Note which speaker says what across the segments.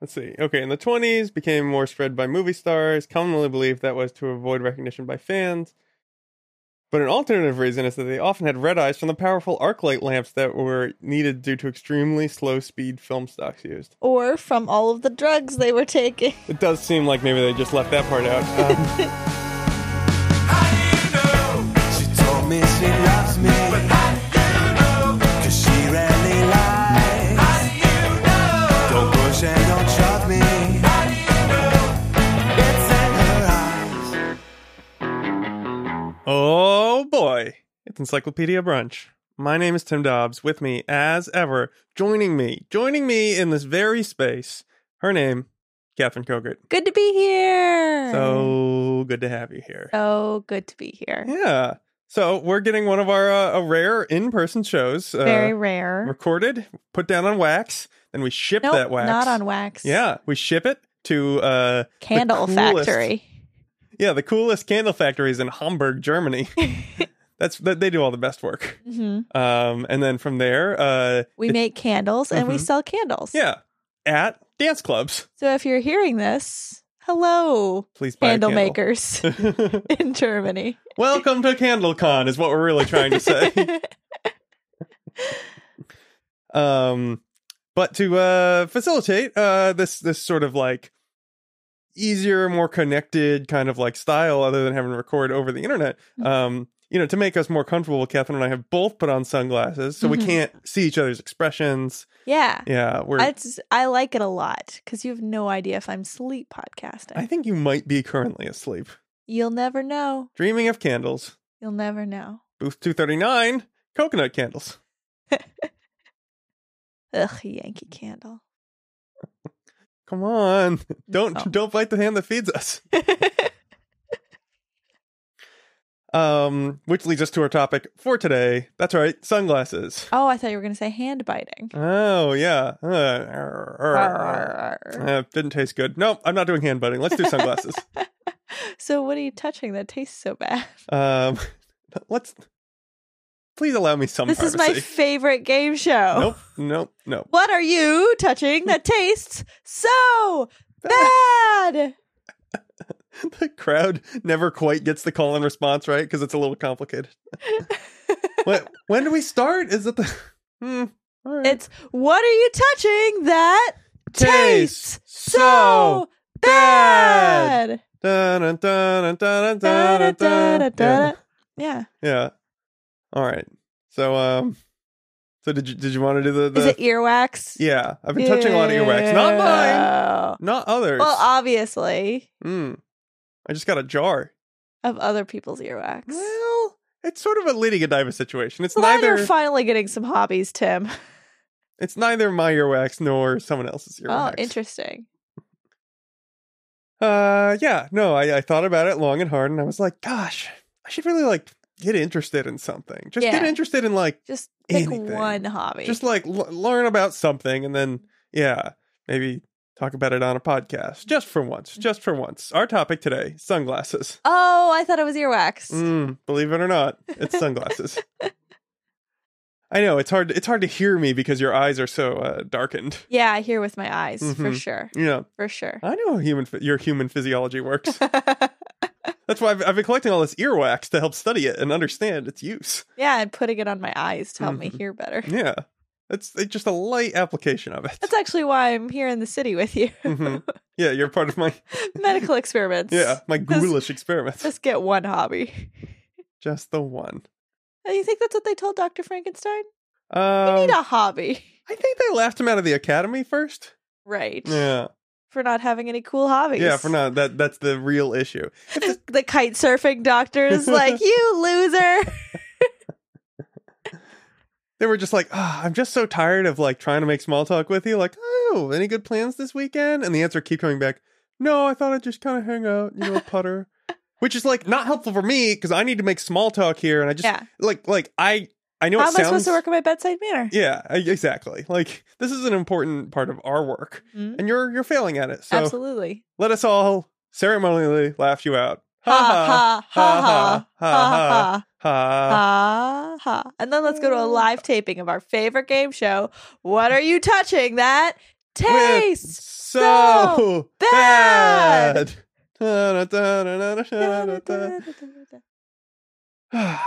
Speaker 1: Let's see. Okay, in the 20s, became more spread by movie stars, commonly believed that was to avoid recognition by fans. But an alternative reason is that they often had red eyes from the powerful arc light lamps that were needed due to extremely slow speed film stocks used.
Speaker 2: Or from all of the drugs they were taking.
Speaker 1: It does seem like maybe they just left that part out. Um,
Speaker 3: How do you know?
Speaker 4: She told me she loves me,
Speaker 3: But how do you know?
Speaker 4: cause she rarely lies.
Speaker 3: How do you know?
Speaker 4: Don't push and don't shove me.
Speaker 3: How do you know?
Speaker 4: It's in her eyes.
Speaker 1: oh boy. It's Encyclopedia Brunch. My name is Tim Dobbs. With me, as ever, joining me, joining me in this very space, her name, Catherine Kogert.
Speaker 2: Good to be here.
Speaker 1: So good to have you here.
Speaker 2: so good to be here.
Speaker 1: Yeah. So we're getting one of our uh, a rare in-person shows uh,
Speaker 2: Very rare.
Speaker 1: recorded, put down on wax, then we ship
Speaker 2: Nope,
Speaker 1: that wax.
Speaker 2: not on wax.
Speaker 1: Yeah, we ship it to uh
Speaker 2: Candle
Speaker 1: coolest.
Speaker 2: factory.
Speaker 1: yeah, the coolest candle factories in Hamburg, Germany. That's that they do all the best work.
Speaker 2: hmm
Speaker 1: Um and then from there, uh
Speaker 2: We make candles and we
Speaker 1: Mhm.
Speaker 2: sell candles.
Speaker 1: yeah, at dance clubs.
Speaker 2: So if you're hearing this, hello,
Speaker 1: Please buy a
Speaker 2: candle
Speaker 1: candle.
Speaker 2: makers
Speaker 1: maker.
Speaker 2: in Germany.
Speaker 1: Welcome to CandleCon is what we're really trying to say. um but to uh facilitate uh this this sort of like easier more connected kind of like style other than having to record over the internet um you know to make us more comfortable catherine and i have both put on sunglasses so we
Speaker 2: Mhm.
Speaker 1: can't see each other's expressions
Speaker 2: yeah.
Speaker 1: yeah we're
Speaker 2: I,
Speaker 1: i,
Speaker 2: it's- I like it a lot because you have no idea if I'm sleep podcasting.
Speaker 1: think you might be currently asleep
Speaker 2: You'll never know.
Speaker 1: dreaming of candles
Speaker 2: You'll never know.
Speaker 1: booth 239 coconut candles
Speaker 2: Ugh, Yankee Candle.
Speaker 1: come on don't
Speaker 2: No.
Speaker 1: don't bite the hand that feeds us um which leads us to our topic for today that's right sunglasses
Speaker 2: oh, I thought you were going to say hand biting.
Speaker 1: Oh yeah, uh, arr, arr, arr. Uh, didn't taste good. No, I'm not doing hand butting. Let's do sunglasses.
Speaker 2: so what are you touching that tastes so bad?
Speaker 1: um, let's. Please allow me some
Speaker 2: this is my
Speaker 1: privacy.
Speaker 2: favorite game show.
Speaker 1: nope, nope, nope.
Speaker 2: What are you touching that tastes so bad?
Speaker 1: the crowd never quite gets the call and response right because it's a little complicated. when, when do we start? Is it the? Hmm, all right.
Speaker 2: It's what are you touching that tastes so
Speaker 1: bad.
Speaker 2: bad?
Speaker 1: Dun, dun, dun, dun, dun,
Speaker 2: Da, da,
Speaker 1: dun,
Speaker 2: da, da,
Speaker 1: dun, dun.
Speaker 2: da. Yeah.
Speaker 1: Yeah. All right. So um so did you did you want to do the, the
Speaker 2: Is it earwax?
Speaker 1: Yeah. I've been touching a lot of earwax. Not mine.
Speaker 2: mine.
Speaker 1: Not others.
Speaker 2: Well, uh obviously,
Speaker 1: mm. I just got a jar.
Speaker 2: of other people's earwax.
Speaker 1: Well, it's sort of a Lady Godiva situation. It's
Speaker 2: Glad
Speaker 1: neither
Speaker 2: you're finally getting some hobbies, Tim.
Speaker 1: it's neither my earwax nor someone else's earwax.
Speaker 2: Oh, interesting.
Speaker 1: Uh yeah, no, I, I thought about it long and hard and I was like, gosh, I should really like get interested in something. Just get
Speaker 2: Yeah.
Speaker 1: interested in like
Speaker 2: Just pick
Speaker 1: Anything.
Speaker 2: one hobby.
Speaker 1: just like l- learn about something and then yeah maybe talk about it on a podcast just for
Speaker 2: Mm-hmm.
Speaker 1: once just for once our topic today sunglasses
Speaker 2: oh, I thought it was earwax.
Speaker 1: mm, believe it or not it's sunglasses i know it's hard it's hard to hear me because your eyes are so uh, darkened
Speaker 2: Yeah, I hear with my eyes for
Speaker 1: Mhm.
Speaker 2: sure.
Speaker 1: you know
Speaker 2: For sure.
Speaker 1: i know how human ph- your human physiology works that's why I've, I've been collecting all this earwax to help study it and understand its use
Speaker 2: yeah, and putting it on my eyes to help me
Speaker 1: Mhm.
Speaker 2: hear better.
Speaker 1: yeah it's, it's just a light application of it
Speaker 2: That's actually why I'm here in the city with you.
Speaker 1: Mhm. yeah you're part of my
Speaker 2: Medical experiments.
Speaker 1: yeah my
Speaker 2: This-
Speaker 1: ghoulish experiments
Speaker 2: Just get one hobby.
Speaker 1: Just the one.
Speaker 2: And you think that's what they told Dr. Frankenstein?
Speaker 1: Um,
Speaker 2: You
Speaker 1: I
Speaker 2: need a hobby.
Speaker 1: think they laughed him out of the academy first.
Speaker 2: Right.
Speaker 1: Yeah,
Speaker 2: For not having any cool hobbies.
Speaker 1: yeah. For now, that that's the real issue.
Speaker 2: The kite surfing doctor is like, you loser.
Speaker 1: They were just like, oh, I'm just so tired of like trying to make small talk with you. Like, oh, any good plans this weekend? And the answer keep coming back. No, I thought I'd just kind of hang out, you know, putter. Which is like not helpful for me because I need to make small talk here, and I just
Speaker 2: yeah.
Speaker 1: like like I I know
Speaker 2: How am
Speaker 1: it sounds.
Speaker 2: I supposed to work on my bedside manner?
Speaker 1: Yeah, I- exactly. Like this is an important part of our work,
Speaker 2: Mhm.
Speaker 1: and you're you're failing at it. So
Speaker 2: Absolutely.
Speaker 1: let us all ceremonially laugh you out.
Speaker 2: Ha ha ha ha ha
Speaker 1: ha ha.
Speaker 2: ha ha. Uh-huh. And then let's go to a live taping of our favorite game show. What are you touching that tastes
Speaker 1: so bad.
Speaker 2: bad.
Speaker 1: I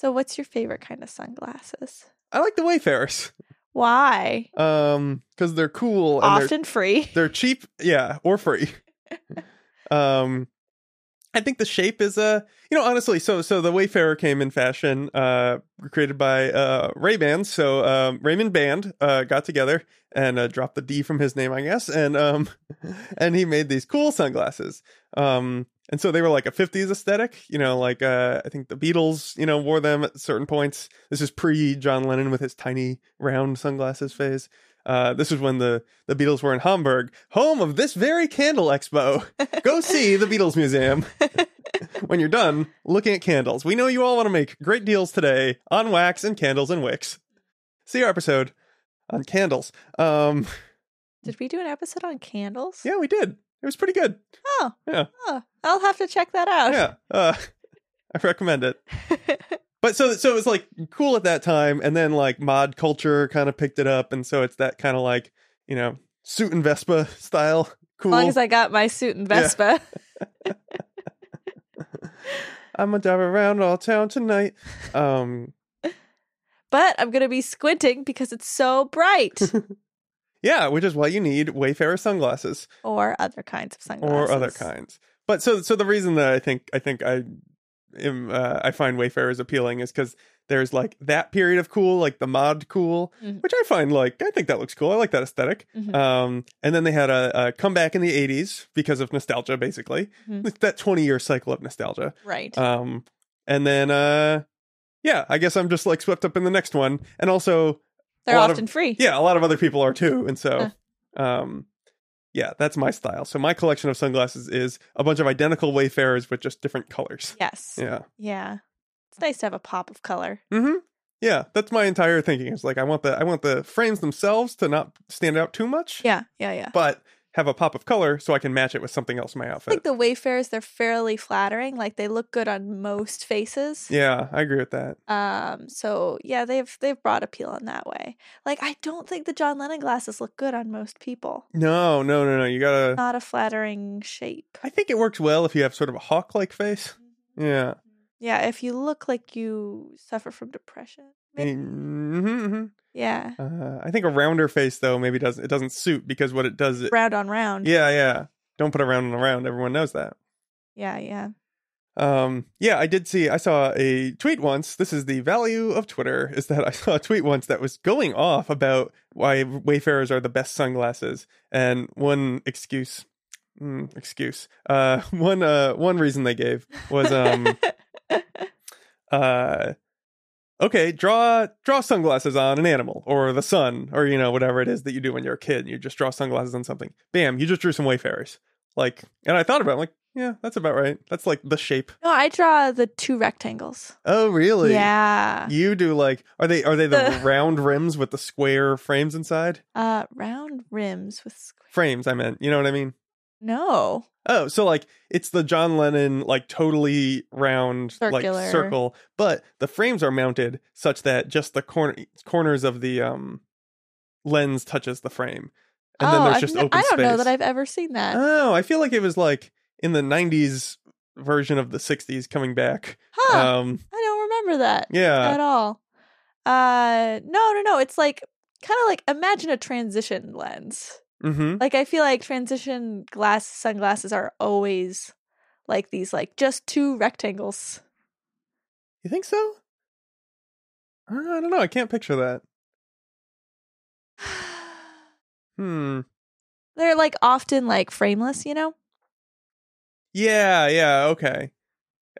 Speaker 2: so, what's your favorite kind of sunglasses?
Speaker 1: like the Wayfarers.
Speaker 2: Why?
Speaker 1: Um, because they're cool and they're
Speaker 2: Often free.
Speaker 1: they're cheap, yeah, or free. um, I think the shape is a you know honestly. So so the Wayfarer came in fashion, uh, created by uh Ray Ban. So um, Raymond Band uh got together and uh, dropped the D from his name, I guess, and um, and he made these cool sunglasses. Um. And so they were like a 50s aesthetic, you know, like uh, I think the Beatles, you know, wore them at certain points. This is pre John Lennon with his tiny round sunglasses phase. Uh, this is when the, the Beatles were in Hamburg, home of this very candle expo. Go see the Beatles Museum when you're done looking at candles. We know you all want to make great deals today on wax and candles and wicks. See our episode on candles. Um,
Speaker 2: Did we do an episode on candles?
Speaker 1: yeah, we did. It was pretty good.
Speaker 2: Oh.
Speaker 1: Yeah.
Speaker 2: Oh, I'll have to check that out.
Speaker 1: Yeah, uh, I recommend it. But so so it was like cool at that time, and then like mod culture kind of picked it up, and so it's that kind of like you know suit and Vespa style cool.
Speaker 2: As long as I got my suit and
Speaker 1: Yeah.
Speaker 2: Vespa.
Speaker 1: I'm gonna dive around all town tonight. Um,
Speaker 2: But I'm going to be squinting because it's so bright.
Speaker 1: yeah, which is why you need Wayfarer sunglasses
Speaker 2: or other kinds of
Speaker 1: or
Speaker 2: sunglasses.
Speaker 1: other kinds. But so so the reason that I think I think I am uh, I find Wayfarers appealing is because there's like that period of cool, like the mod cool,
Speaker 2: Mhm.
Speaker 1: which I find like I think that looks cool. I like that esthetic
Speaker 2: Mhm.
Speaker 1: Um, and then they had a, a comeback in the '80s because of nostalgia, basically
Speaker 2: Mhm.
Speaker 1: Like that 20 year cycle of nostalgia.
Speaker 2: Right.
Speaker 1: Um, and then uh, yeah, I guess I'm just like swept up in the next one, and also
Speaker 2: They're
Speaker 1: lot of-
Speaker 2: often free.
Speaker 1: yeah, a lot of other people are too. And so, um, yeah, that's my style. So my collection of sunglasses is a bunch of identical Wayfarers with just different colors.
Speaker 2: Yes. Yeah.
Speaker 1: Yeah.
Speaker 2: It's nice to have a pop of color.
Speaker 1: Mm-hmm. Yeah, that's my entire thinking. It's like I want the I want the frames themselves to not stand out too much,
Speaker 2: Yeah. Yeah. Yeah.
Speaker 1: but have a pop of color so I can match it with something else in my
Speaker 2: I
Speaker 1: outfit.
Speaker 2: think the Wayfarers, they're fairly flattering. Like they look good on most faces.
Speaker 1: yeah, I agree with that.
Speaker 2: Um, so yeah, they've they've brought appeal in that way. Like I don't think the John Lennon glasses look good on most people.
Speaker 1: No, no, no, no. You gotta.
Speaker 2: Not a flattering shape.
Speaker 1: I think it works well if you have sort of a hawk like face. Yeah.
Speaker 2: Yeah, if you look like you suffer from depression. maybe-
Speaker 1: Mm-hmm,
Speaker 2: Yeah.
Speaker 1: Uh, I think a rounder face though maybe doesn't it doesn't suit because what it does it
Speaker 2: Round on round.
Speaker 1: Yeah, yeah. Don't put around and around. Everyone knows that.
Speaker 2: Yeah, yeah.
Speaker 1: Um, yeah, I did see. I saw a tweet once. This is the value of Twitter. Is that I saw a tweet once that was going off about why Wayfarers are the best sunglasses, and one excuse, mm, excuse, uh, one uh, one reason they gave was um, uh, okay, draw draw sunglasses on an animal or the sun or you know whatever it is that you do when you're a kid. You just draw sunglasses on something. Bam, you just drew some Wayfarers. Like, and I thought about it, I'm like, yeah, that's about right. That's like the shape.
Speaker 2: No, I draw the two rectangles.
Speaker 1: Oh, really?
Speaker 2: Yeah.
Speaker 1: You do like are they are they the,
Speaker 2: The-
Speaker 1: round rims with the square frames inside?
Speaker 2: Uh, round rims with square.
Speaker 1: Frames, I meant. You know what I mean?
Speaker 2: No.
Speaker 1: Oh, so like it's the John Lennon like totally round
Speaker 2: Circular.
Speaker 1: like circle, but the frames are mounted such that just the corner corners of the um lens touches the frame. And then
Speaker 2: oh,
Speaker 1: there's
Speaker 2: I've
Speaker 1: just
Speaker 2: n-
Speaker 1: open
Speaker 2: I don't know
Speaker 1: space.
Speaker 2: that I've ever seen that.
Speaker 1: Oh, I feel like it was like in the 90s version of the 60s coming back.
Speaker 2: huh.
Speaker 1: Um
Speaker 2: I don't remember that
Speaker 1: yeah.
Speaker 2: at all. Uh, no, no, no. It's like kind of like imagine a transition lens.
Speaker 1: Mhm.
Speaker 2: Like I feel like transition glass sunglasses are always like these, like just two rectangles.
Speaker 1: You think so? Uh, I don't know. I can't picture that. Hmm.
Speaker 2: They're like often like frameless, you know.
Speaker 1: Yeah. Yeah. Okay.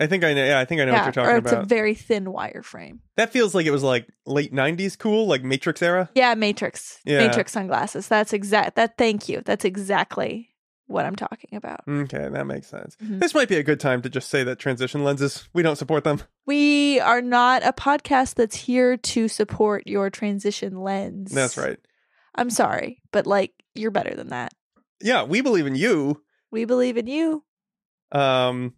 Speaker 1: I think I know. Yeah, I think I know
Speaker 2: yeah,
Speaker 1: what you're
Speaker 2: or
Speaker 1: talking
Speaker 2: it's
Speaker 1: about.
Speaker 2: a very thin wire frame.
Speaker 1: that feels like it was like late '90s cool, like Matrix era.
Speaker 2: Yeah, Matrix.
Speaker 1: Yeah.
Speaker 2: Matrix sunglasses. That's exact that thank you. That's exactly what I'm talking about.
Speaker 1: Okay, that makes sense.
Speaker 2: Mhm.
Speaker 1: This might be a good time to just say that transition lenses we don't support them.
Speaker 2: We are not a podcast that's here to support your transition lens.
Speaker 1: That's right.
Speaker 2: I'm sorry, but like you're better than that.
Speaker 1: Yeah, we believe in you.
Speaker 2: We believe in you
Speaker 1: Um.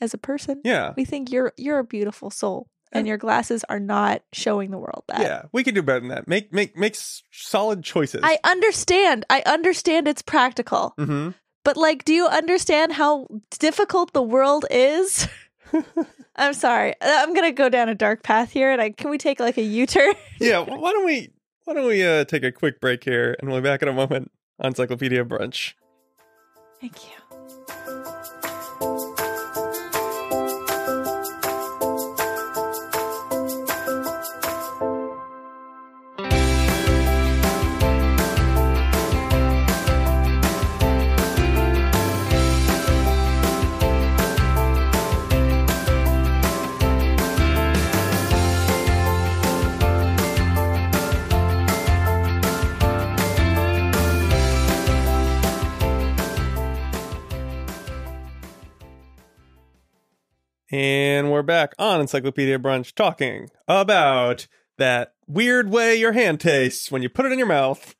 Speaker 2: as a person.
Speaker 1: Yeah.
Speaker 2: We think you're you're a beautiful soul. and your glasses are not showing the world that.
Speaker 1: yeah, we can do better than that. Make make make s- solid choices.
Speaker 2: I understand. I understand it's practical.
Speaker 1: hmm
Speaker 2: But like, do you understand how difficult the world is? I'm sorry. Uh, I'm gonna go down a dark path here, and I can we take like a U-turn?
Speaker 1: Yeah, well, why don't we why don't we uh, take a quick break here, and we'll be back in a moment on Encyclopedia Brunch.
Speaker 2: Thank you.
Speaker 1: And we're back on Encyclopedia Brunch talking about that weird way your hand tastes when you put it in your mouth.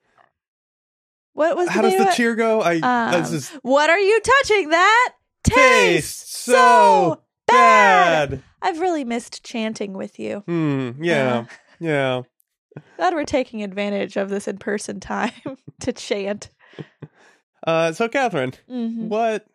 Speaker 2: What was
Speaker 1: How
Speaker 2: the
Speaker 1: does
Speaker 2: name
Speaker 1: the
Speaker 2: of it?
Speaker 1: cheer go? I that's
Speaker 2: Um,
Speaker 1: just
Speaker 2: What are you touching? That
Speaker 1: Tastes so
Speaker 2: bad.
Speaker 1: bad.
Speaker 2: I've really missed chanting with you.
Speaker 1: Hmm. Yeah. Yeah.
Speaker 2: Glad we're taking advantage of this in-person time to chant.
Speaker 1: Uh, so, Catherine,
Speaker 2: Mhm.
Speaker 1: what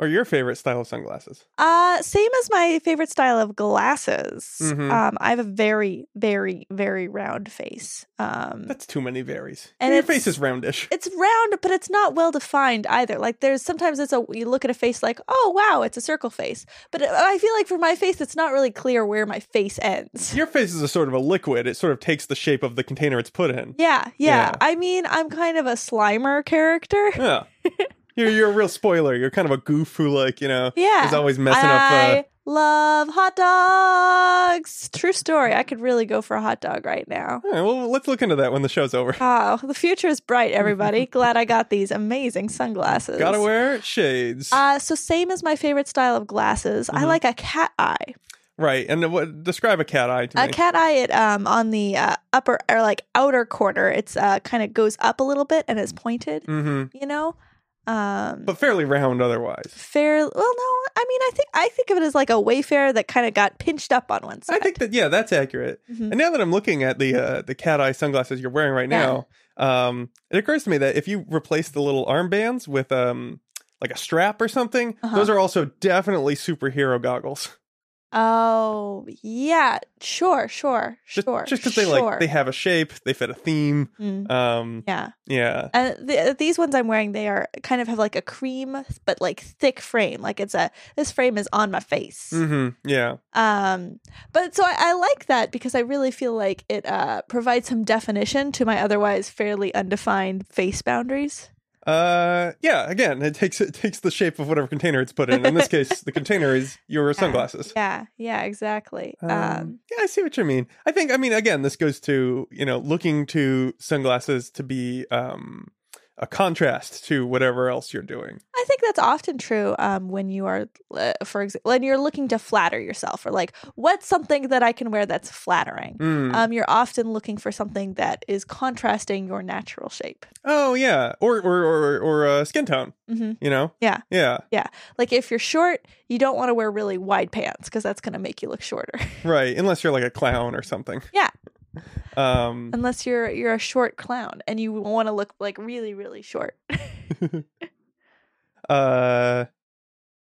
Speaker 1: are your favorite style of sunglasses?
Speaker 2: Uh, same as my favorite style of glasses.
Speaker 1: Mhm.
Speaker 2: Um, I have a very, very, very round face. Um,
Speaker 1: That's too many varies.
Speaker 2: And
Speaker 1: your
Speaker 2: it's-
Speaker 1: face is roundish.
Speaker 2: it's round, but it's not well defined either. Like there's sometimes it's a you look at a face like, oh wow, it's a circle face. But uh, I feel like for my face, it's not really clear where my face ends.
Speaker 1: Your face is a sort of a liquid. It sort of takes the shape of the container it's put in.
Speaker 2: Yeah,
Speaker 1: Yeah.
Speaker 2: yeah. I mean, I'm kind of a Slimer character.
Speaker 1: Yeah. you're you're a real spoiler. You're kind of a goof who, like, you know,
Speaker 2: Yeah.
Speaker 1: is always messing
Speaker 2: I
Speaker 1: up. Uh,
Speaker 2: love hot dogs. True story. I could really go for a hot dog right now.
Speaker 1: all right, well, let's look into that when the show's over.
Speaker 2: Oh, the future is bright, everybody. Glad I got these amazing sunglasses.
Speaker 1: Gotta wear shades.
Speaker 2: Uh, so same as my favorite style of glasses. I
Speaker 1: Mhm.
Speaker 2: like a cat eye.
Speaker 1: right. And what describe a cat eye to
Speaker 2: A
Speaker 1: me.
Speaker 2: cat eye. It um on the uh, upper or like outer corner. It's uh kind of goes up a little bit and is pointed.
Speaker 1: hmm
Speaker 2: You know, um.
Speaker 1: But fairly round otherwise.
Speaker 2: Fair. Well, no. I mean, I think I think of it as like a wayfarer that kind of got pinched up on one side.
Speaker 1: I think that yeah, that's accurate.
Speaker 2: Mhm.
Speaker 1: And now that I'm looking at the uh, the cat eye sunglasses you're wearing right
Speaker 2: Yeah.
Speaker 1: now, um, it occurs to me that if you replace the little armbands with um like a strap or something,
Speaker 2: Uh-huh.
Speaker 1: those are also definitely superhero goggles.
Speaker 2: Oh yeah, sure, sure,
Speaker 1: Just
Speaker 2: sure.
Speaker 1: just because they like they have a shape, they fit a theme.
Speaker 2: Mm,
Speaker 1: Um,
Speaker 2: yeah,
Speaker 1: yeah.
Speaker 2: and th- these ones I'm wearing, they are kind of have like a cream, but like thick frame. Like it's a this frame is on my face.
Speaker 1: hmm Yeah.
Speaker 2: Um, but so I, I like that because I really feel like it uh provides some definition to my otherwise fairly undefined face boundaries.
Speaker 1: Uh, yeah. Again, it takes it takes the shape of whatever container it's put in. In this case, the container is your sunglasses.
Speaker 2: Yeah, yeah, exactly.
Speaker 1: Um,
Speaker 2: um
Speaker 1: yeah, I see what you mean. I think, I mean, again, this goes to you know looking to sunglasses to be um, a contrast to whatever else you're doing.
Speaker 2: I think that's often true um, when you are, uh, for example, when you're looking to flatter yourself or like, what's something that I can wear that's flattering?
Speaker 1: Mm.
Speaker 2: Um, you're often looking for something that is contrasting your natural shape.
Speaker 1: oh yeah, or or or, or uh, skin tone.
Speaker 2: Mhm.
Speaker 1: You know.
Speaker 2: Yeah.
Speaker 1: Yeah.
Speaker 2: Like if you're short, you don't want to wear really wide pants because that's going to make you look shorter.
Speaker 1: Right. Unless you're like a clown or something.
Speaker 2: Yeah.
Speaker 1: Um.
Speaker 2: Unless you're you're a short clown and you want to look like really really short.
Speaker 1: Uh.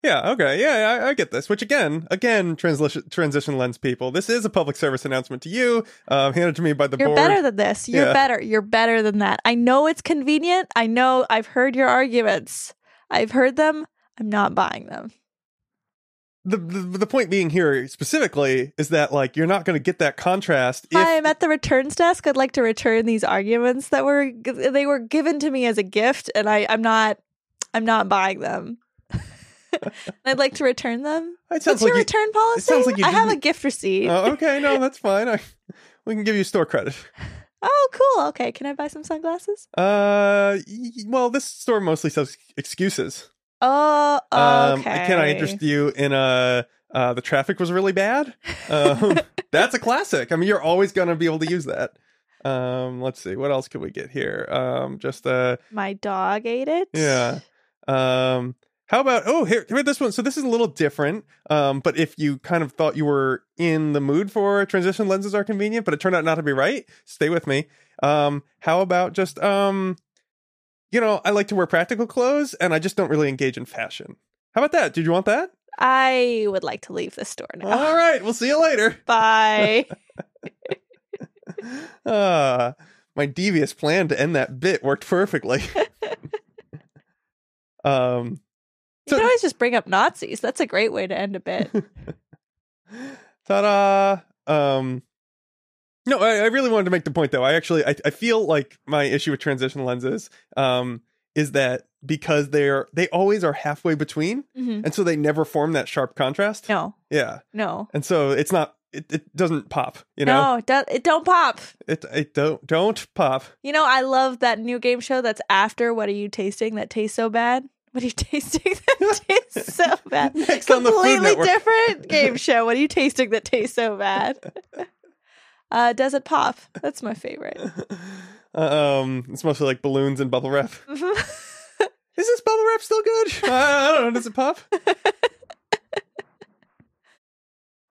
Speaker 1: Yeah. Okay. Yeah. I, I get this. Which again, again, transition transition lens people. This is a public service announcement to you, um, handed to me by the
Speaker 2: You're
Speaker 1: board.
Speaker 2: better than this. You're
Speaker 1: Yeah.
Speaker 2: better. You're better than that. I know it's convenient. I know I've heard your arguments. I've heard them. I'm not buying them.
Speaker 1: the, the the point being here specifically is that like you're not going to get that contrast if
Speaker 2: Hi, I'm at the returns desk. I'd like to return these arguments that were they were given to me as a gift, and I I'm not I'm not buying them. I'd like to return them.
Speaker 1: it sounds
Speaker 2: What's
Speaker 1: like
Speaker 2: your
Speaker 1: you-
Speaker 2: return policy?
Speaker 1: sounds like you
Speaker 2: I have a
Speaker 1: didn't-
Speaker 2: gift receipt.
Speaker 1: Oh, okay, no, that's fine. I, we can give you store credit.
Speaker 2: oh, cool. Okay, can I buy some sunglasses?
Speaker 1: Uh, y- well, this store mostly sells excuses.
Speaker 2: Oh, okay.
Speaker 1: can Um, I interest you in uh Uh, the traffic was really bad. Um, that's a classic. I mean, you're always going to be able to use that. Um, let's see, what else can we get here? Um, just uh,
Speaker 2: My dog ate it.
Speaker 1: yeah. Um, How about oh here, here this one? So this is a little different. Um, but if you kind of thought you were in the mood for transition lenses are convenient, but it turned out not to be right, stay with me. Um, how about just um, you know, I like to wear practical clothes and I just don't really engage in fashion. How about that? Did you want that?
Speaker 2: I would like to leave the store now.
Speaker 1: All right, we'll see you later.
Speaker 2: Bye.
Speaker 1: Uh, my devious plan to end that bit worked perfectly. um,
Speaker 2: You
Speaker 1: So-
Speaker 2: can always just bring up Nazis. That's a great way to end a bit.
Speaker 1: ta-da um no I, I really wanted to make the point though i actually I, I feel like my issue with transition lenses um is that because they're they always are halfway between
Speaker 2: Mhm.
Speaker 1: and so they never form that sharp contrast
Speaker 2: No,
Speaker 1: yeah
Speaker 2: no,
Speaker 1: and so it's not it, it doesn't pop you know
Speaker 2: no. It, do- it don't pop.
Speaker 1: it it don't don't pop
Speaker 2: You know, I love that new game show that's after What Are You Tasting that tastes so bad. What are you tasting that tastes so bad?
Speaker 1: Next on the Food
Speaker 2: Completely
Speaker 1: Network.
Speaker 2: different game show. What are you tasting that tastes so bad? Uh, does it pop? That's my favorite.
Speaker 1: um it's mostly like balloons and bubble wrap is this bubble wrap still good i, I don't know does it pop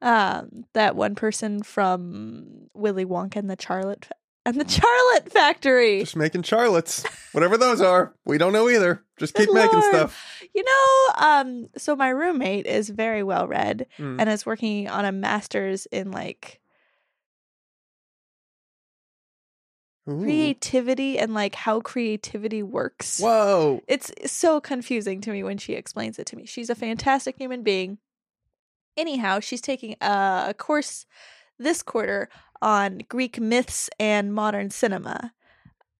Speaker 2: um, that one person from Willy Wonka and the Charlotte and the Charlotte Factory.
Speaker 1: just making charlottes whatever those are we don't know either just keep
Speaker 2: Good
Speaker 1: making
Speaker 2: Lord.
Speaker 1: stuff
Speaker 2: You know, um, so my roommate is very well read
Speaker 1: Mm.
Speaker 2: and is working on a master's in like
Speaker 1: Ooh.
Speaker 2: creativity and like how creativity works.
Speaker 1: Whoa.
Speaker 2: It's so confusing to me when she explains it to me. She's a fantastic human being. Anyhow, she's taking a, a course this quarter on Greek myths and modern cinema.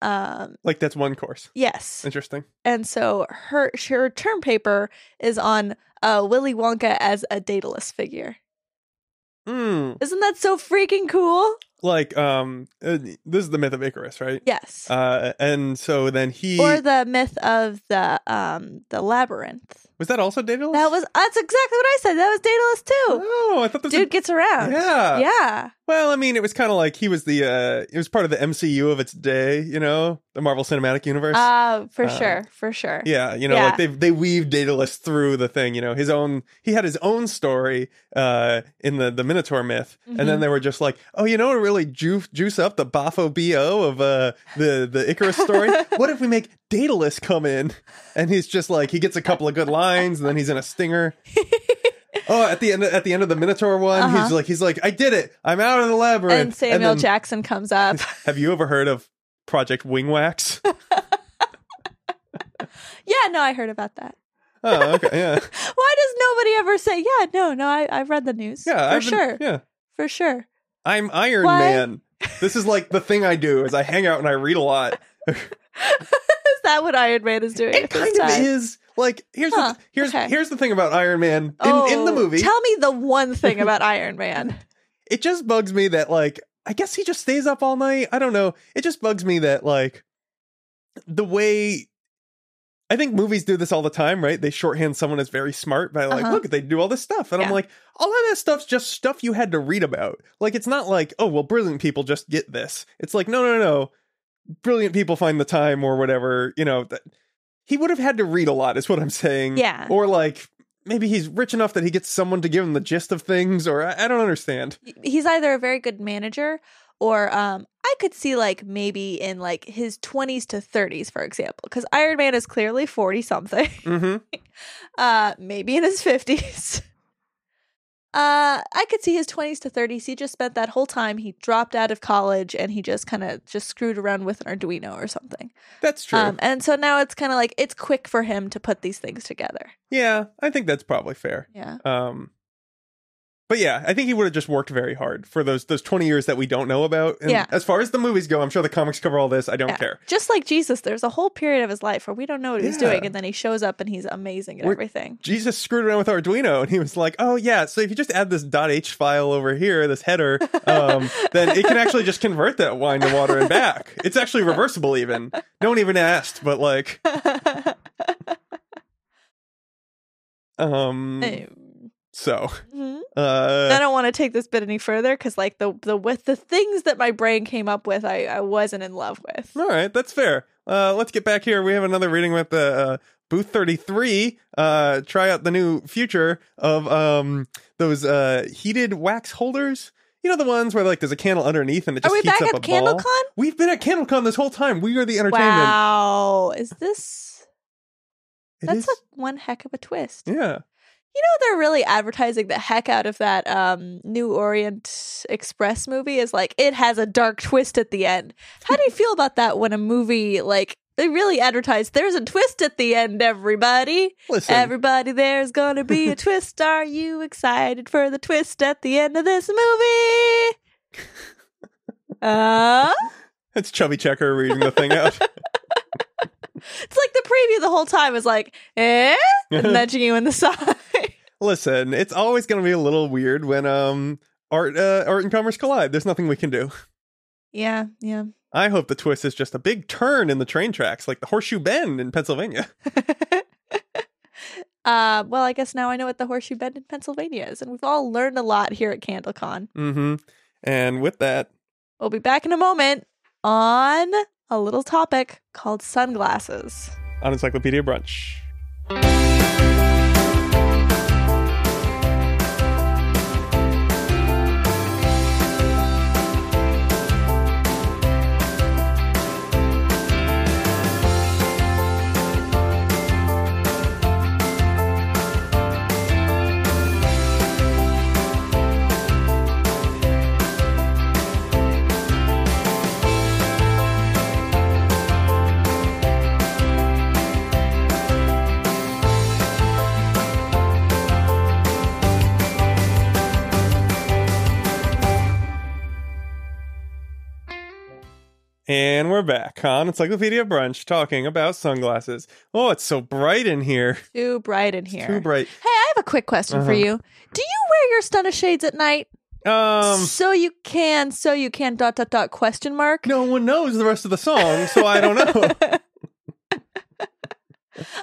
Speaker 2: Um,
Speaker 1: Like that's one course.
Speaker 2: yes.
Speaker 1: Interesting.
Speaker 2: And so her her term paper is on uh, Willy Wonka as a Daedalus figure.
Speaker 1: Mm.
Speaker 2: Isn't that so freaking cool?
Speaker 1: Like um uh, this is the myth of Icarus, right?
Speaker 2: Yes.
Speaker 1: Uh and so then he
Speaker 2: or the myth of the um the labyrinth.
Speaker 1: was that also Daedalus?
Speaker 2: That was that's exactly what I said. That was Daedalus too.
Speaker 1: Oh, I thought this
Speaker 2: Dude
Speaker 1: was
Speaker 2: gets around.
Speaker 1: Yeah.
Speaker 2: Yeah.
Speaker 1: Well, I mean, it was kind of like he was the uh it was part of the MCU of its day, you know, the Marvel Cinematic Universe.
Speaker 2: Uh, for
Speaker 1: Uh,
Speaker 2: sure. For sure.
Speaker 1: yeah, you know,
Speaker 2: yeah.
Speaker 1: like they they weave Daedalus through the thing, you know, his own he had his own story uh in the the Minotaur myth. And
Speaker 2: Mm-hmm.
Speaker 1: then they were just like, "Oh, you know, to really juice juice up the Bafo BO of uh the the Icarus story. what if we make Daedalus come in?" And he's just like he gets a couple of good lines and then he's in a stinger. Oh, at the end at the end of the Minotaur one, he's
Speaker 2: Uh-huh.
Speaker 1: like he's like, "I did it. I'm out of the labyrinth."
Speaker 2: And Samuel
Speaker 1: then-
Speaker 2: Jackson comes up.
Speaker 1: Have you ever heard of Project Wing Wax?
Speaker 2: yeah, no, I heard about that.
Speaker 1: oh, okay. Yeah.
Speaker 2: Why does nobody ever say, yeah, no, no, I, I've read the news.
Speaker 1: Yeah,
Speaker 2: for
Speaker 1: I've been-
Speaker 2: sure.
Speaker 1: yeah.
Speaker 2: For sure.
Speaker 1: I'm Iron
Speaker 2: What?
Speaker 1: Man. This is like the thing I do is I hang out and I read a lot.
Speaker 2: Is that what Iron Man is doing?
Speaker 1: It
Speaker 2: at this
Speaker 1: kind of
Speaker 2: time?
Speaker 1: is like here's
Speaker 2: Huh,
Speaker 1: the, here's
Speaker 2: okay.
Speaker 1: here's the thing about Iron Man in, in the
Speaker 2: Oh,
Speaker 1: movie.
Speaker 2: Tell me the one thing about Iron Man.
Speaker 1: it just bugs me that like I guess he just stays up all night. I don't know. It just bugs me that like the way I think movies do this all the time, right? They shorthand someone as very smart by like,
Speaker 2: Uh-huh.
Speaker 1: look, they do all this stuff. And I'm
Speaker 2: Yeah.
Speaker 1: like, all of that stuff's just stuff you had to read about. Like it's not like, oh well, brilliant people just get this. It's like, no, no, no. Brilliant people find the time or whatever, you know, that he would have had to read a lot, is what I'm saying.
Speaker 2: Yeah.
Speaker 1: Or like maybe he's rich enough that he gets someone to give him the gist of things, or I, I don't understand.
Speaker 2: He's either a very good manager or um I could see like maybe in like his 20s to 30s for example cuz Iron Man is clearly 40 something.
Speaker 1: Mm-hmm.
Speaker 2: Uh maybe in his 50s. Uh, I could see his 20s to 30s. He just spent that whole time. He dropped out of college and he just kind of just screwed around with an Arduino or something.
Speaker 1: That's true.
Speaker 2: Um, and so now it's kind of like it's quick for him to put these things together.
Speaker 1: yeah, I think that's probably fair.
Speaker 2: Yeah.
Speaker 1: Um, but yeah, I think he would have just worked very hard for those those twenty years that we don't know about. And
Speaker 2: Yeah.
Speaker 1: As far as the movies go, I'm sure the comics cover all this. I don't
Speaker 2: Yeah.
Speaker 1: care.
Speaker 2: Just like Jesus, there's a whole period of his life where we don't know what he's
Speaker 1: Yeah.
Speaker 2: doing, and then he shows up and he's amazing at
Speaker 1: We're-
Speaker 2: everything.
Speaker 1: Jesus screwed around with Arduino, and he was like, "Oh yeah, so if you just add this .h file over here, this header, um, then it can actually just convert that wine to water and back. It's actually reversible. Even no one even asked, but like, Mm. um,
Speaker 2: Um,
Speaker 1: so
Speaker 2: mhm.
Speaker 1: uh,
Speaker 2: I don't want to take this bit any further because, like the the with the things that my brain came up with, I, I wasn't in love with.
Speaker 1: All right, that's fair. Uh, let's get back here. We have another reading with the uh, Booth 33, uh, try out the new future of um, those uh, heated wax holders. You know the ones where like there's a candle underneath and it
Speaker 2: Are
Speaker 1: just
Speaker 2: we
Speaker 1: heats
Speaker 2: back
Speaker 1: up
Speaker 2: at
Speaker 1: a ball.
Speaker 2: CandleCon?
Speaker 1: We've been at CandleCon this whole time. We are the entertainment.
Speaker 2: Wow. Is this
Speaker 1: It
Speaker 2: that's
Speaker 1: is- Mm.
Speaker 2: like one heck of a twist.
Speaker 1: yeah.
Speaker 2: You know they're really advertising the heck out of that um New Orient Express movie is like it has a dark twist at the end. How do you feel about that when a movie like they really advertise there's a twist at the end, everybody?
Speaker 1: Listen,
Speaker 2: Everybody there's gonna be a twist. Are you excited for the twist at the end of this movie? Uh
Speaker 1: it's Chubby Checker reading the thing out.
Speaker 2: It's like the preview the whole time is like, eh? And nudging you in the side.
Speaker 1: Listen, it's always going to be a little weird when um art uh, art and commerce collide. There's nothing we can do.
Speaker 2: yeah, yeah.
Speaker 1: I hope the twist is just a big turn in the train tracks, like the Horseshoe Bend in Pennsylvania.
Speaker 2: Uh, well, I guess now I know what the Horseshoe Bend in Pennsylvania is, and we've all learned a lot here at CandleCon.
Speaker 1: Mm-hmm. And with that,
Speaker 2: We'll be back in a moment on a little topic called sunglasses.
Speaker 1: on Encyclopedia Brunch. And we're back on Encyclopedia Brunch talking about sunglasses. Oh, it's so bright in here.
Speaker 2: Too bright in here.
Speaker 1: Too bright.
Speaker 2: Hey, I have a quick question for
Speaker 1: Uh-huh.
Speaker 2: you. Do you wear your stunner shades at night?
Speaker 1: Um
Speaker 2: so you can, so you can, dot, dot, dot, question mark?
Speaker 1: no one knows the rest of the song, so I don't know.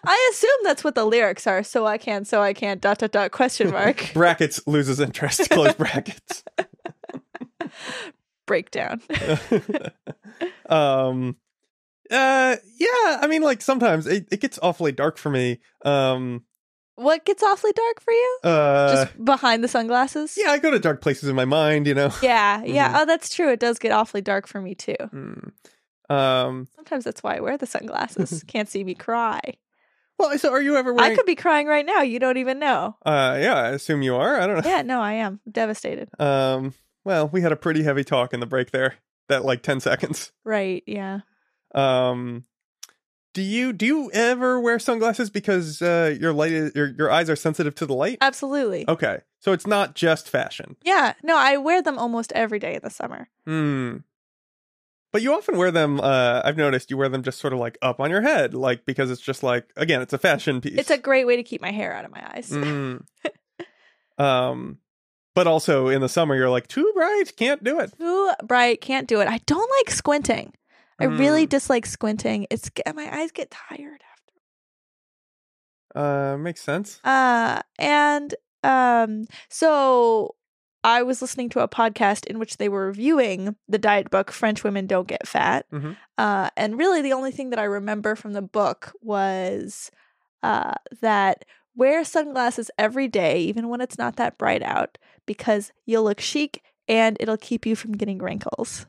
Speaker 2: I assume that's what the lyrics are. So I can, so I can, dot dot dot question mark
Speaker 1: brackets loses interest. Close brackets.
Speaker 2: breakdown.
Speaker 1: um uh yeah, I mean like sometimes it, it gets awfully dark for me. Um
Speaker 2: What gets awfully dark for you?
Speaker 1: uh
Speaker 2: Just behind the sunglasses?
Speaker 1: yeah, I go to dark places in my mind, you know.
Speaker 2: Yeah, yeah.
Speaker 1: Mhm.
Speaker 2: Oh, that's true. It does get awfully dark for me too.
Speaker 1: Hmm. Um
Speaker 2: Sometimes that's why I wear the sunglasses. Can't see me cry.
Speaker 1: well, so are you ever wearing
Speaker 2: I could be crying right now. You don't even know.
Speaker 1: uh yeah, I assume you are. I don't know.
Speaker 2: Yeah, no, I am devastated.
Speaker 1: Um, well, we had a pretty heavy talk in the break there. That like ten seconds.
Speaker 2: Right? Yeah.
Speaker 1: Um, do you do you ever wear sunglasses because uh, your light is, your your eyes are sensitive to the light?
Speaker 2: Absolutely.
Speaker 1: Okay, so it's not just fashion.
Speaker 2: Yeah. No, I wear them almost every day in the summer.
Speaker 1: Hmm. But you often wear them. Uh, I've noticed you wear them just sort of like up on your head, like because it's just like again, it's a fashion piece.
Speaker 2: It's a great way to keep my hair out of my eyes.
Speaker 1: Mm. um, but also in the summer, you're like too bright, can't do it.
Speaker 2: Too bright, can't do it. I don't like squinting. I really
Speaker 1: Mm.
Speaker 2: dislike squinting. It's get- my eyes get tired after.
Speaker 1: Uh, makes sense.
Speaker 2: Uh, and um, so I was listening to a podcast in which they were reviewing the diet book French Women Don't Get Fat.
Speaker 1: Mhm.
Speaker 2: Uh, and really, the only thing that I remember from the book was uh, that wear sunglasses every day, even when it's not that bright out, because you'll look chic and it'll keep you from getting wrinkles.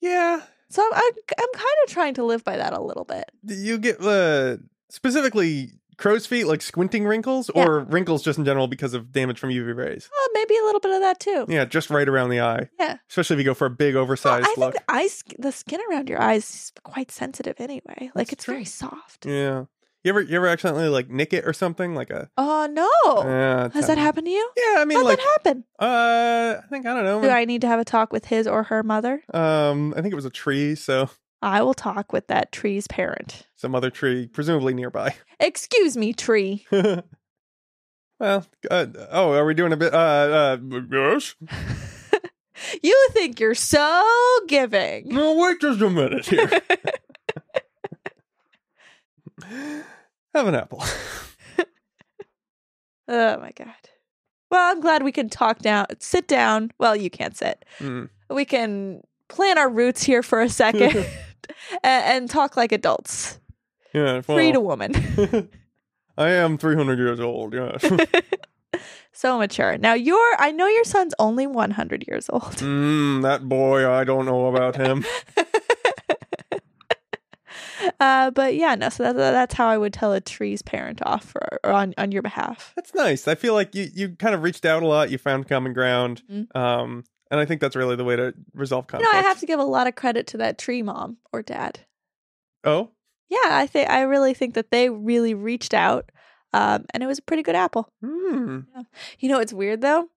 Speaker 1: Yeah,
Speaker 2: So I'm, I'm, I'm kind of trying to live by that a little bit.
Speaker 1: Do you get uh, specifically crow's feet, like squinting wrinkles,
Speaker 2: Yeah.
Speaker 1: or wrinkles just in general because of damage from UV rays?
Speaker 2: Well, Oh, maybe a little bit of that too.
Speaker 1: Yeah, just right around the eye.
Speaker 2: Yeah.
Speaker 1: Especially if you go for a big,
Speaker 2: Well,
Speaker 1: oversized
Speaker 2: I think
Speaker 1: look.
Speaker 2: the eyes, the skin around your eyes is quite sensitive anyway. Like
Speaker 1: That's
Speaker 2: it's
Speaker 1: true.
Speaker 2: very soft.
Speaker 1: yeah. You ever you ever accidentally like nick it or something like a?
Speaker 2: Oh no!
Speaker 1: Yeah, it's
Speaker 2: Has that happened to you?
Speaker 1: Yeah, I mean
Speaker 2: How'd
Speaker 1: like
Speaker 2: that happen?
Speaker 1: uh, I think I don't know.
Speaker 2: Do I need to have a talk with his or her mother?
Speaker 1: Um, I think it was a tree, so
Speaker 2: I will talk with that tree's parent.
Speaker 1: some other tree, presumably nearby.
Speaker 2: Excuse me, tree.
Speaker 1: well, uh, oh, are we doing a bit? Uh, uh, yes.
Speaker 2: You think you're so giving.
Speaker 1: No, wait just a minute here. Have an apple.
Speaker 2: Oh my god. Well, I'm glad we can talk down, sit down. Well, you can't sit.
Speaker 1: Mm.
Speaker 2: we can plan our roots here for a second and, and talk like adults.
Speaker 1: Yeah, well,
Speaker 2: Freed a woman.
Speaker 1: I am 300 years old. Yeah.
Speaker 2: so mature. Now your I know your son's only 100 years old.
Speaker 1: mm, that boy, I don't know about him.
Speaker 2: Uh, but yeah, no. So that, that's how I would tell a tree's parent off for, or on on your behalf.
Speaker 1: That's nice. I feel like you, you kind of reached out a lot. You found common ground.
Speaker 2: Mm.
Speaker 1: Um, and I think that's really the way to resolve
Speaker 2: You know,
Speaker 1: conflict.
Speaker 2: I have to give a lot of credit to that tree mom or dad.
Speaker 1: Oh,
Speaker 2: Yeah, I think I really think that they really reached out, um, and it was a pretty good apple.
Speaker 1: hmm.
Speaker 2: You know, what's weird though.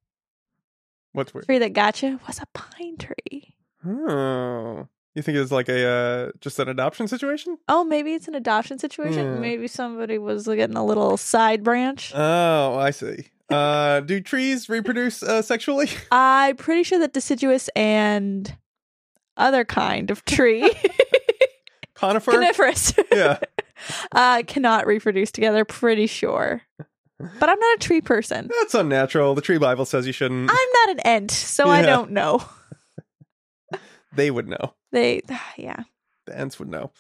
Speaker 1: What's weird?
Speaker 2: Tree that got you was a pine tree.
Speaker 1: Oh, you think it's like a uh, just an adoption situation?
Speaker 2: Oh, maybe it's an adoption situation.
Speaker 1: Yeah.
Speaker 2: Maybe somebody was getting a little side branch.
Speaker 1: Oh, I see. Uh, do trees reproduce uh, sexually?
Speaker 2: I'm pretty sure that deciduous and other kind of tree,
Speaker 1: Conifer.
Speaker 2: coniferous,
Speaker 1: yeah.
Speaker 2: uh, cannot reproduce together. Pretty sure, but I'm not a tree person.
Speaker 1: That's unnatural. The tree Bible says you shouldn't.
Speaker 2: I'm not an ent, so I
Speaker 1: Yeah.
Speaker 2: don't know.
Speaker 1: They would know.
Speaker 2: They, yeah,
Speaker 1: The ants would know.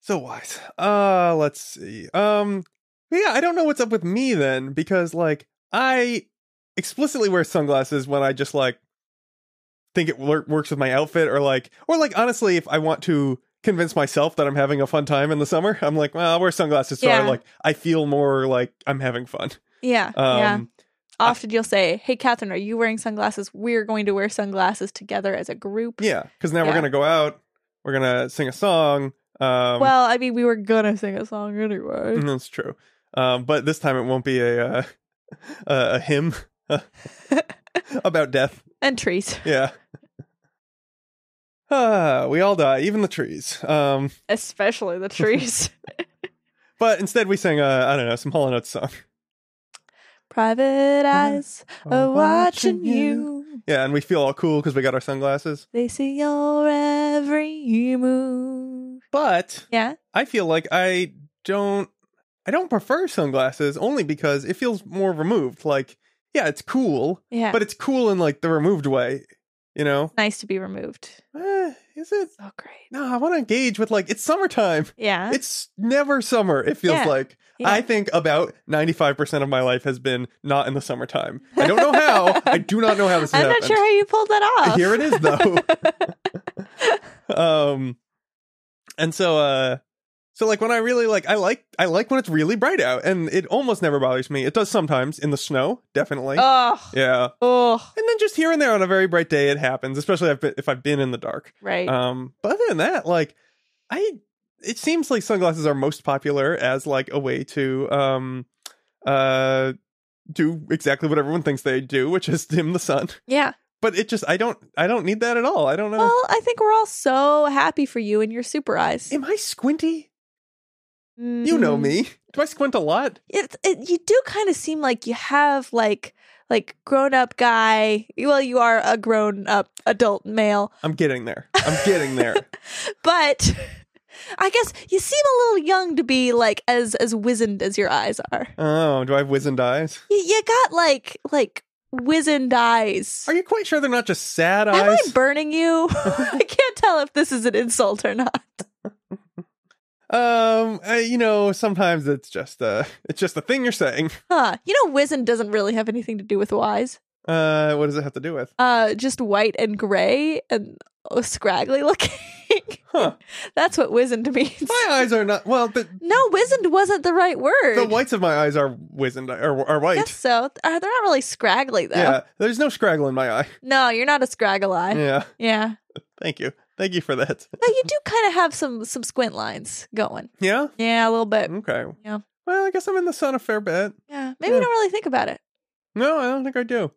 Speaker 1: So wise. Uh, let's see. Um, yeah, I don't know what's up with me then because like I explicitly wear sunglasses when I just like think it wor- works with my outfit or like or like honestly if I want to convince myself that I'm having a fun time in the summer, I'm like, well, I'll wear sunglasses so I
Speaker 2: Yeah.
Speaker 1: like I feel more like I'm having fun.
Speaker 2: yeah,
Speaker 1: Um,
Speaker 2: yeah. Often you'll say, "Hey, Catherine, are you wearing sunglasses? We're going to wear sunglasses together as a group."
Speaker 1: Yeah, because now
Speaker 2: Yeah.
Speaker 1: we're gonna go out. We're gonna sing a song. Um, Mm-hmm.
Speaker 2: well, I mean, we were gonna sing a song anyway.
Speaker 1: that's true. Um, but this time it won't be a uh, a a hymn about death.
Speaker 2: And trees,
Speaker 1: Yeah. Ah, we all die, even the trees. Um,
Speaker 2: especially the trees.
Speaker 1: but instead, we sang uh, I don't know some Hall and Oates song.
Speaker 2: Private eyes are
Speaker 1: Mm-hmm. I'm
Speaker 2: Oh, watching you.
Speaker 1: Yeah, and we feel all cool because we got our sunglasses.
Speaker 2: They see your every move.
Speaker 1: But
Speaker 2: Yeah.
Speaker 1: I feel like I don't I don't prefer sunglasses only because it feels more removed. Like, yeah, it's cool,
Speaker 2: Yeah.
Speaker 1: but it's cool in like the removed way, you know?
Speaker 2: nice to be removed.
Speaker 1: Eh, is it?
Speaker 2: So great.
Speaker 1: No, I want to engage with like it's summertime.
Speaker 2: Yeah.
Speaker 1: It's never summer. It feels
Speaker 2: Yeah,
Speaker 1: like
Speaker 2: yeah.
Speaker 1: I think about ninety five percent of my life has been not in the summertime. I don't know how. I do not know how this. has
Speaker 2: I'm not
Speaker 1: happened.
Speaker 2: sure how you pulled that off.
Speaker 1: Here it is though. um and so uh so like when I really like I like I like when it's really bright out and it almost never bothers me. It does sometimes in the snow, definitely.
Speaker 2: oh,
Speaker 1: yeah.
Speaker 2: oh,
Speaker 1: And then just here and there on a very bright day it happens, especially if if I've been in the dark.
Speaker 2: right.
Speaker 1: Um but other than that, like I it seems like sunglasses are most popular as like a way to um uh do exactly what everyone thinks they do, which is dim the sun
Speaker 2: yeah.
Speaker 1: but it just I don't I don't need that at all. I don't know.
Speaker 2: Well, I think we're all so happy for you and your super eyes.
Speaker 1: Am I squinty? You know
Speaker 2: Mm.
Speaker 1: me. Do I squint a lot?
Speaker 2: It, it, you do kind of seem like you have like like grown up guy. Well, you are a grown up adult male,
Speaker 1: I'm getting there. I'm getting there.
Speaker 2: but I guess you seem a little young to be like as as wizened as your eyes are.
Speaker 1: oh, do I have wizened eyes?
Speaker 2: You, you got like like wizened eyes.
Speaker 1: Are you quite sure they're not just sad
Speaker 2: Am
Speaker 1: eyes?
Speaker 2: I burning you? I can't tell if this is an insult or not.
Speaker 1: um, I, you know, sometimes it's just uh it's just a thing you're saying.
Speaker 2: Huh. You know, wizened doesn't really have anything to do with wise.
Speaker 1: Uh, what does it have to do with?
Speaker 2: Uh, just white and gray and oh, scraggly looking.
Speaker 1: Huh?
Speaker 2: That's what wizened means.
Speaker 1: My eyes are not. Well, the
Speaker 2: No, wizened wasn't the right word.
Speaker 1: the whites of my eyes are wizened or are white.
Speaker 2: Guess so. Uh, They're not really scraggly though.
Speaker 1: Yeah, there's no scraggle in my eye.
Speaker 2: No, you're not a scraggle eye. Yeah.
Speaker 1: Yeah, thank you, thank you for that.
Speaker 2: But you do kind of have some some squint lines going.
Speaker 1: Yeah,
Speaker 2: Yeah, a little bit.
Speaker 1: okay.
Speaker 2: Yeah.
Speaker 1: Well, I guess I'm in the sun a fair bit.
Speaker 2: Yeah. Maybe
Speaker 1: Yeah.
Speaker 2: you don't really think about it.
Speaker 1: No, I don't think I do.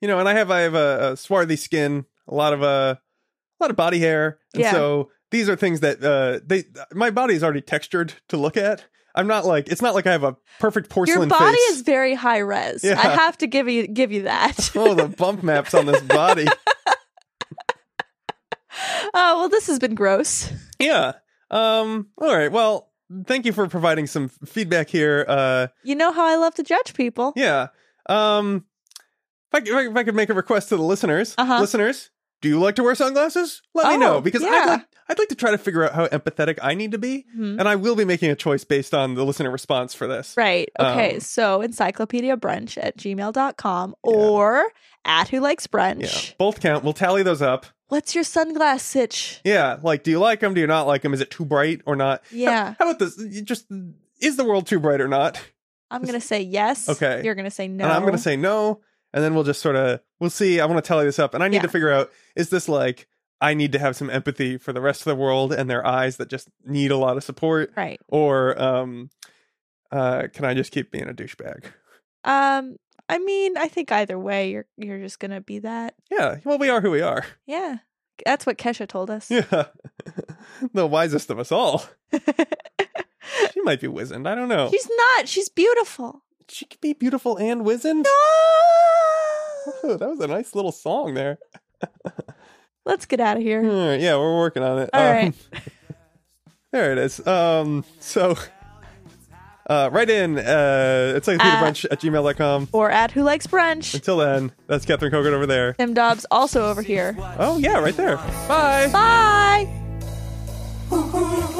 Speaker 1: You know, and I have I have a, a swarthy skin, a lot of uh, a lot of body hair, and
Speaker 2: Yeah.
Speaker 1: so these are things that uh, they my body is already textured to look at. I'm not like it's not like I have a perfect porcelain
Speaker 2: Your body
Speaker 1: face.
Speaker 2: is very high res.
Speaker 1: Yeah.
Speaker 2: I have to give you give you that.
Speaker 1: oh, the bump maps on this body.
Speaker 2: oh well, this has been gross.
Speaker 1: yeah. Um. All right. Well, thank you for providing some f- feedback here. Uh.
Speaker 2: You know how I love to judge people.
Speaker 1: Yeah. Um. If I, c- if I, if I could make a request to the listeners,
Speaker 2: Uh-huh.
Speaker 1: listeners, do you like to wear sunglasses? Let me
Speaker 2: Oh,
Speaker 1: know because I'd
Speaker 2: yeah.
Speaker 1: like I'd like to try to figure out how empathetic I need to be,
Speaker 2: Mhm.
Speaker 1: and I will be making a choice based on the listener response for this.
Speaker 2: Right. Okay.
Speaker 1: Um,
Speaker 2: so encyclopedia brunch at gmail.com or at who likes brunch.
Speaker 1: Yeah, both count. We'll tally those up.
Speaker 2: What's your sunglass sitch?
Speaker 1: Yeah, like do you like them? Do you not like them? Is it too bright or not? How-
Speaker 2: Yeah.
Speaker 1: How, about this? You just is the world too bright or not?
Speaker 2: I'm going to say yes.
Speaker 1: Okay.
Speaker 2: You're going to say no.
Speaker 1: And I'm going to say no, and then we'll just sort of we'll see. I want to tally this up, and I need
Speaker 2: Yeah.
Speaker 1: to figure out is this like I need to have some empathy for the rest of the world and their eyes that just need a lot of support,
Speaker 2: Right.
Speaker 1: or um, uh, can I just keep being a douchebag?
Speaker 2: Um, I mean, I think either way, you're you're just going to be that.
Speaker 1: Yeah, well, we are who we are.
Speaker 2: Yeah. That's what Kesha told us.
Speaker 1: Yeah, the wisest of us all. She might be wizened. I don't know.
Speaker 2: She's not. She's beautiful.
Speaker 1: She could be beautiful and wizened.
Speaker 2: No.
Speaker 1: that was a nice little song there.
Speaker 2: Let's get out of here.
Speaker 1: All right, yeah, we're working on it. Um,
Speaker 2: All right.
Speaker 1: There it is. Um, so uh, write in uh, it's like
Speaker 2: Uh,
Speaker 1: brunch at gmail.com.
Speaker 2: Or at who likes brunch.
Speaker 1: Until then, that's Catherine Cogan over there.
Speaker 2: Tim Dobbs also over here.
Speaker 1: Oh, yeah, right there. Bye.
Speaker 2: Bye.
Speaker 3: Ooh, ooh, ooh.